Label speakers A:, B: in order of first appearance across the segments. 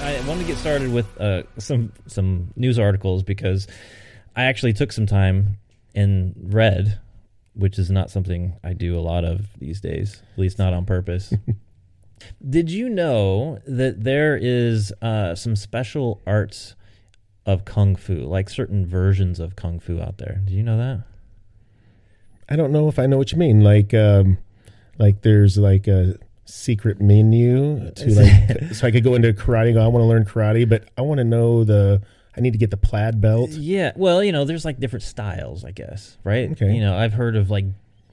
A: I wanted to get started with uh, some some news articles because I actually took some time and read, which is not something I do a lot of these days, at least not on purpose. Did you know that there is uh, some special arts of kung fu, like certain versions of kung fu out there? Do you know that?
B: I don't know if I know what you mean. Like, um, like there's like a secret menu to like, so I could go into karate. and Go, I want to learn karate, but I want to know the. I need to get the plaid belt.
A: Yeah. Well, you know, there's like different styles, I guess, right?
B: Okay.
A: You know, I've heard of like,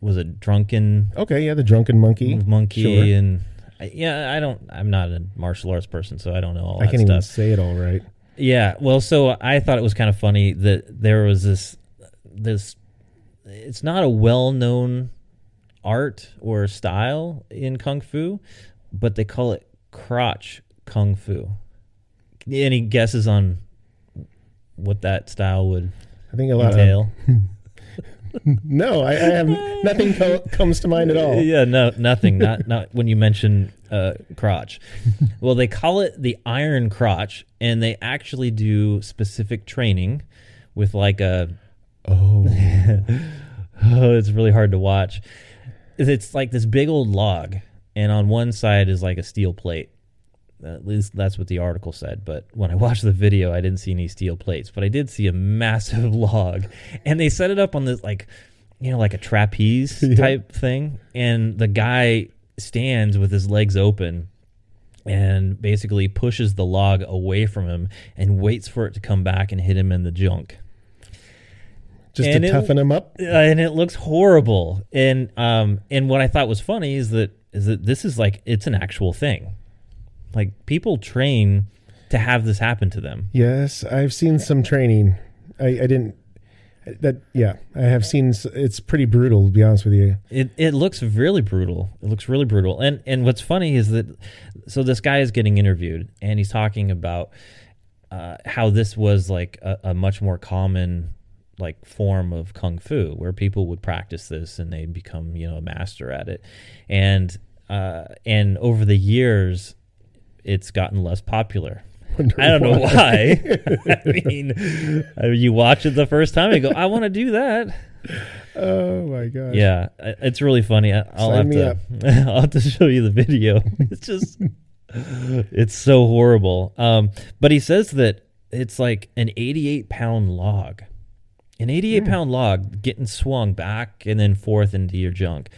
A: was it drunken
B: Okay, yeah, the drunken monkey.
A: monkey
B: Sure.
A: and I- yeah, I don't. I'm not a martial arts person, so I don't know all
B: I
A: that
B: can't even
A: stuff.
B: say it all right.
A: Yeah. Well, so I thought it was kind of funny that there was this this it's not a well-known art or style in kung fu, but they call it crotch kung fu. Any guesses on what that style would
B: I think a lot of
A: entail?
B: no, I, I have nothing co- comes to mind at all.
A: Yeah, no, nothing. Not not when you mention uh, crotch. well, they call it the iron crotch, and they actually do specific training with like a.
B: Oh,
A: Oh, it's really hard to watch. It's- It's like this big old log, and on one side is like a steel plate. At least that's what the article said. But when I watched the video, I didn't see any steel plates, but I did see a massive log, and they set it up on this like, you know, like a trapeze type thing, and the guy stands with his legs open and basically pushes the log away from him and waits for it to come back and hit him in the junk.
B: just
A: And
B: to
A: it-
B: toughen him up.
A: Uh, and it looks horrible. And um, and what I thought was funny is that is that this is like it's an actual thing. Like people train to have this happen to them.
B: Yes, I've seen some training. I, I didn't. That yeah, I have seen. s- It's pretty brutal, to be honest with you.
A: It it looks really brutal. It looks really brutal. And and what's funny is that so this guy is getting interviewed and he's talking about uh, how this was like a, a much more common like form of kung fu where people would practice this and they become you know a master at it and uh, and over the years it's gotten less popular
B: Wonder
A: I don't know why. I mean, uh, you watch it the first time and go, "I want to do that."
B: Oh my gosh.
A: Yeah, I- it's really funny. I- I'll
B: Sign
A: have
B: me
A: to.
B: up.
A: I'll have to show you the video. It's just, it's so horrible. Um, but he says that it's like an 88 pound log, an 88
B: Hmm.
A: pound log getting swung back and then forth into your junk.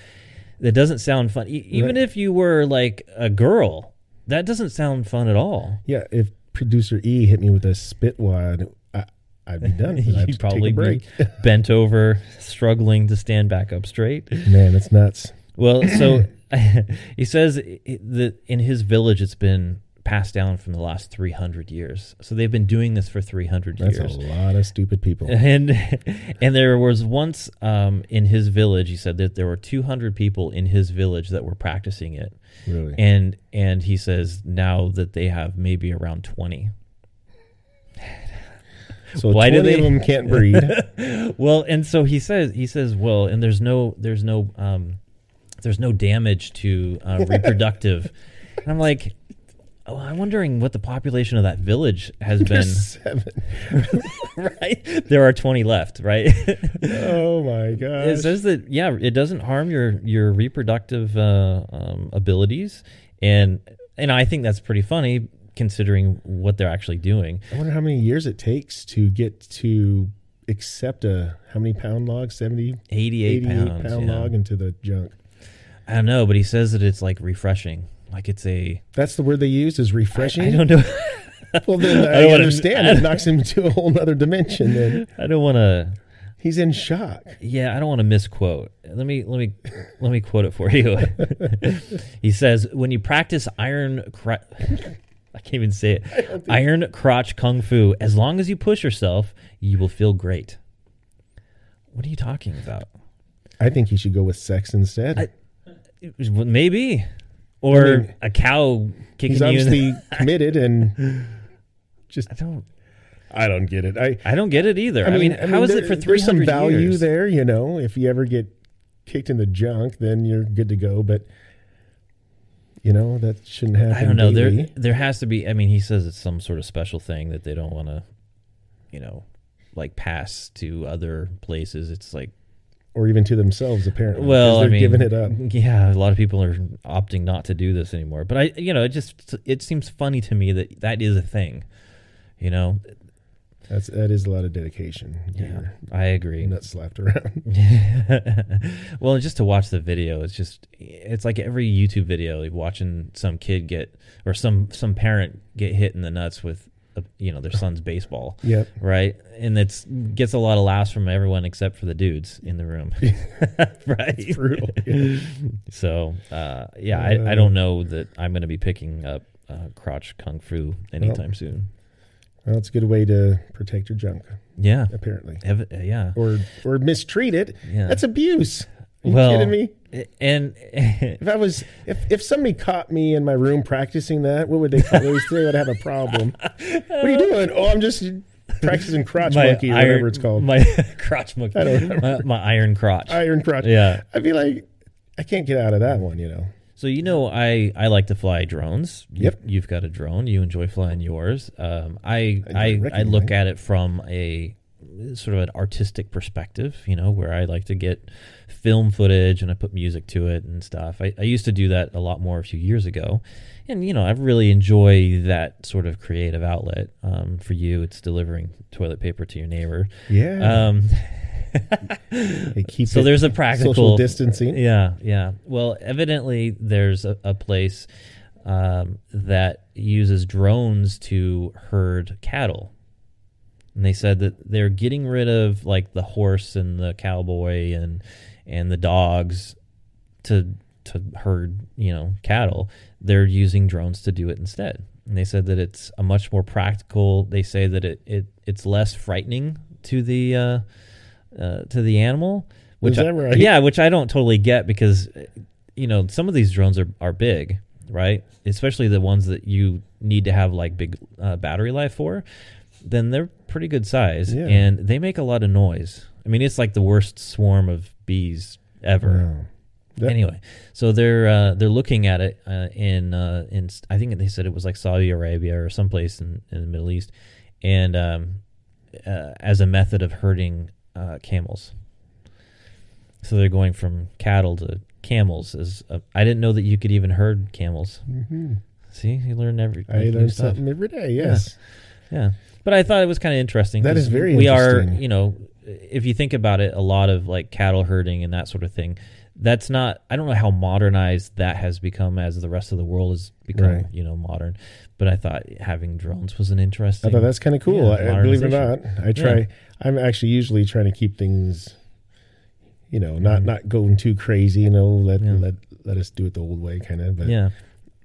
A: That doesn't sound fun. E- even
B: Right.
A: if you were like a girl, that doesn't sound fun at all.
B: Yeah. If producer E hit me with a spit wad, I, I'd be done. I'd have to
A: You'd
B: take
A: probably be
B: a break.
A: bent over, struggling to stand back up straight.
B: Man, that's nuts.
A: Well, so he says i- i- that in his village, it's been passed down from the last 300 years. So they've been doing this for 300
B: That's
A: years.
B: a lot of stupid people.
A: And and there was once um, in his village, he said that there were 200 people in his village that were practicing it,
B: Really.
A: and and he says now that they have maybe around 20.
B: so
A: why do
B: 20 of
A: they-
B: them can't breed?
A: Well, and so he says he says well, and there's no there's no um, there's no damage to uh, reproductive. and I'm like, oh, I'm wondering what the population of that village has been.
B: There's seven.
A: right, there are 20 left. Right,
B: Oh my
A: it
B: gosh.
A: says that yeah, it doesn't harm your your reproductive uh, um, abilities, and and I think that's pretty funny considering what they're actually doing.
B: I wonder how many years it takes to get to accept a how many pound log? 70,
A: 88,
B: 88
A: pounds.
B: pound
A: yeah.
B: log into the junk.
A: I don't know, but he says that it's like refreshing. Like it's a
B: That's the word they used is refreshing.
A: I don't know.
B: well, then I,
A: don't wanna-
B: understand. it knocks him to a whole other dimension. Then
A: I don't want to.
B: he's in shock.
A: Yeah, I don't want to misquote. Let me let me let me quote it for you. he says, "When you practice iron, cro- I can't even say it. Iron crotch kung fu. As long as you push yourself, you will feel great." What are you talking about?
B: I think he should go with sex instead.
A: It was- well, Maybe, or
B: I mean,
A: a cow kicking
B: he's
A: you. In the-
B: obviously committed, and
A: I don't.
B: I don't get it. I
A: I don't get it either. I mean, how is
B: there-
A: it for three
B: there's some
A: hundred
B: value
A: years?
B: there? You know, if you ever get kicked in the junk, then you're good to go. But You know that shouldn't happen.
A: I don't know.
B: daily.
A: There there has to be. I mean, he says it's some sort of special thing that they don't want to, you know, like pass to other places. It's like
B: or even to themselves apparently. 'cause
A: well,
B: they're
A: I mean,
B: giving it up.
A: Yeah, a lot of people are opting not to do this anymore. But I, you know, it just it seems funny to me that that is a thing. You know,
B: That's that is a lot of dedication.
A: yeah, I agree.
B: You're not slapped around.
A: well, and just to watch the video, it's just it's like every YouTube video, like watching some kid get or some some parent get hit in the nuts with a, you know their son's baseball,
B: yep.
A: right? And it's gets a lot of laughs from everyone except for the dudes in the room, right?
B: Brutal. Yeah.
A: So uh, yeah, I, I don't know that I'm going to be picking up uh, crotch kung fu anytime soon.
B: Well, it's a good way to protect your junk,
A: Yeah,
B: apparently.
A: Ev- yeah.
B: Or or mistreat it.
A: Yeah.
B: That's abuse. Are you
A: well,
B: kidding me?
A: and
B: If I was if, if somebody caught me in my room practicing that, what would they call those three? I'd have a problem. What are you doing? Oh, I'm just practicing crotch monkey or whatever it's called.
A: My crotch monkey. my, my iron crotch.
B: Iron crotch.
A: yeah.
B: I'd be like, I can't get out of that one, you know.
A: So you know, I I like to fly drones. You-
B: Yep.
A: You've got a drone. You enjoy flying yours. Um, I I I,
B: reckon
A: look
B: mine.
A: at it from a sort of an artistic perspective. You know, where I like to get film footage and I put music to it and stuff. I, I used to do that a lot more a few years ago, and you know, I really enjoy that sort of creative outlet. Um, for you, it's delivering toilet paper to your neighbor.
B: Yeah.
A: Um,
B: they keep
A: Uh, so
B: it
A: there's a practical
B: social distancing.
A: Yeah, yeah. Well, evidently there's a, a place um, that uses drones to herd cattle, and they said that they're getting rid of like the horse and the cowboy and and the dogs to to herd you know cattle. They're using drones to do it instead, and they said that it's a much more practical. They say that it, it it's less frightening to the uh, uh, to the animal. Which
B: Is that
A: I-
B: right?
A: yeah, which I don't totally get because uh, you know some of these drones are are big, right? Especially the ones that you need to have like big uh, battery life for. Then they're pretty good size,
B: Yeah.
A: and they make a lot of noise. I mean, it's like the worst swarm of bees ever.
B: Wow. That-
A: Anyway, so they're uh, they're looking at it uh, in uh, in I think they said it was like Saudi Arabia or someplace in, in the Middle East, and um, uh, as a method of herding uh, camels. So they're going from cattle to camels. As a, I didn't know that you could even herd camels.
B: Mhm.
A: See, you learn every
B: I
A: new
B: learn
A: stuff.
B: something every day. Yes.
A: Yeah, but I thought it was kind of interesting.
B: That
A: 'cause
B: is very
A: We are,
B: interesting.
A: you know, if you think about it, a lot of like cattle herding and that sort of thing. That's not. I don't know how modernized that has become as the rest of the world has become,
B: Right.
A: you know, modern. But I thought having drones was an interesting.
B: I thought that's kind of cool.
A: Yeah,
B: I, believe it or not,
A: modernization.
B: I try. I'm actually usually trying to keep things, you know, not not going too crazy. You know, let
A: Mm-hmm. Yeah.
B: let let us do it the old way, kind of. But
A: yeah,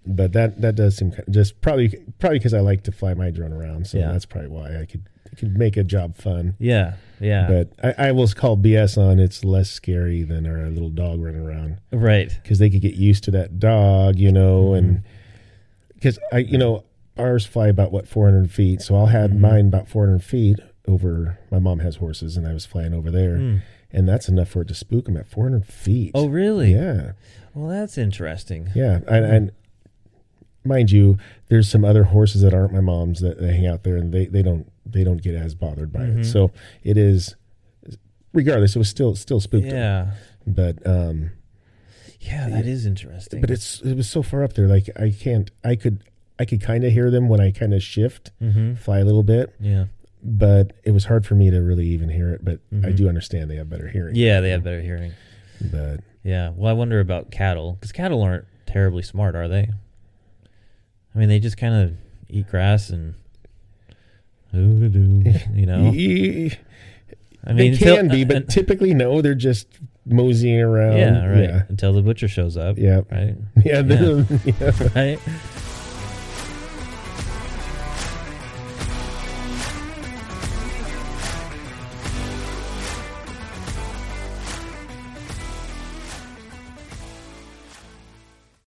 B: but that that does seem kind of just probably probably because I like to fly my drone around, so
A: Yeah.
B: that's probably why I could I could make a job fun.
A: yeah, yeah.
B: But I, I will call BS on. It's less scary than our little dog running around.
A: right.
B: because they could get used to that dog, you know,
A: Mm-hmm.
B: and because I, you know, ours fly about what 400 feet, so I'll have
A: Mm-hmm.
B: mine about 400 feet over. My mom has horses, and I was flying over there, and that's enough for it to spook them at 400 feet.
A: Mm. Hmm. Oh, really?
B: yeah,
A: Well, that's interesting.
B: yeah, and, and mind you, there's some other horses that aren't my mom's that they hang out there, and they they don't they don't get as bothered by
A: Mm-hmm.
B: it. So it is. Regardless, it was still still spooked, them.
A: Yeah,
B: but um,
A: yeah. That is interesting.
B: but it's it was so far up there like i can't i could i could kind of hear them when i kind of shift
A: Mhm.
B: fly a little bit
A: yeah,
B: but it was hard for me to really even hear it but i do understand they have better hearing
A: Mm-hmm. yeah. They have better hearing.
B: but
A: Yeah. Well, I wonder about cattle because cattle aren't terribly smart, are they? I mean, they just kind of eat grass and you know.
B: Eh,
A: I mean,
B: they
A: until-
B: can be but
A: un-
B: typically no they're just moseying around
A: yeah, right.
B: yeah
A: Until the butcher shows up.
B: yeah
A: Right.
B: yeah,
A: Yeah. Right.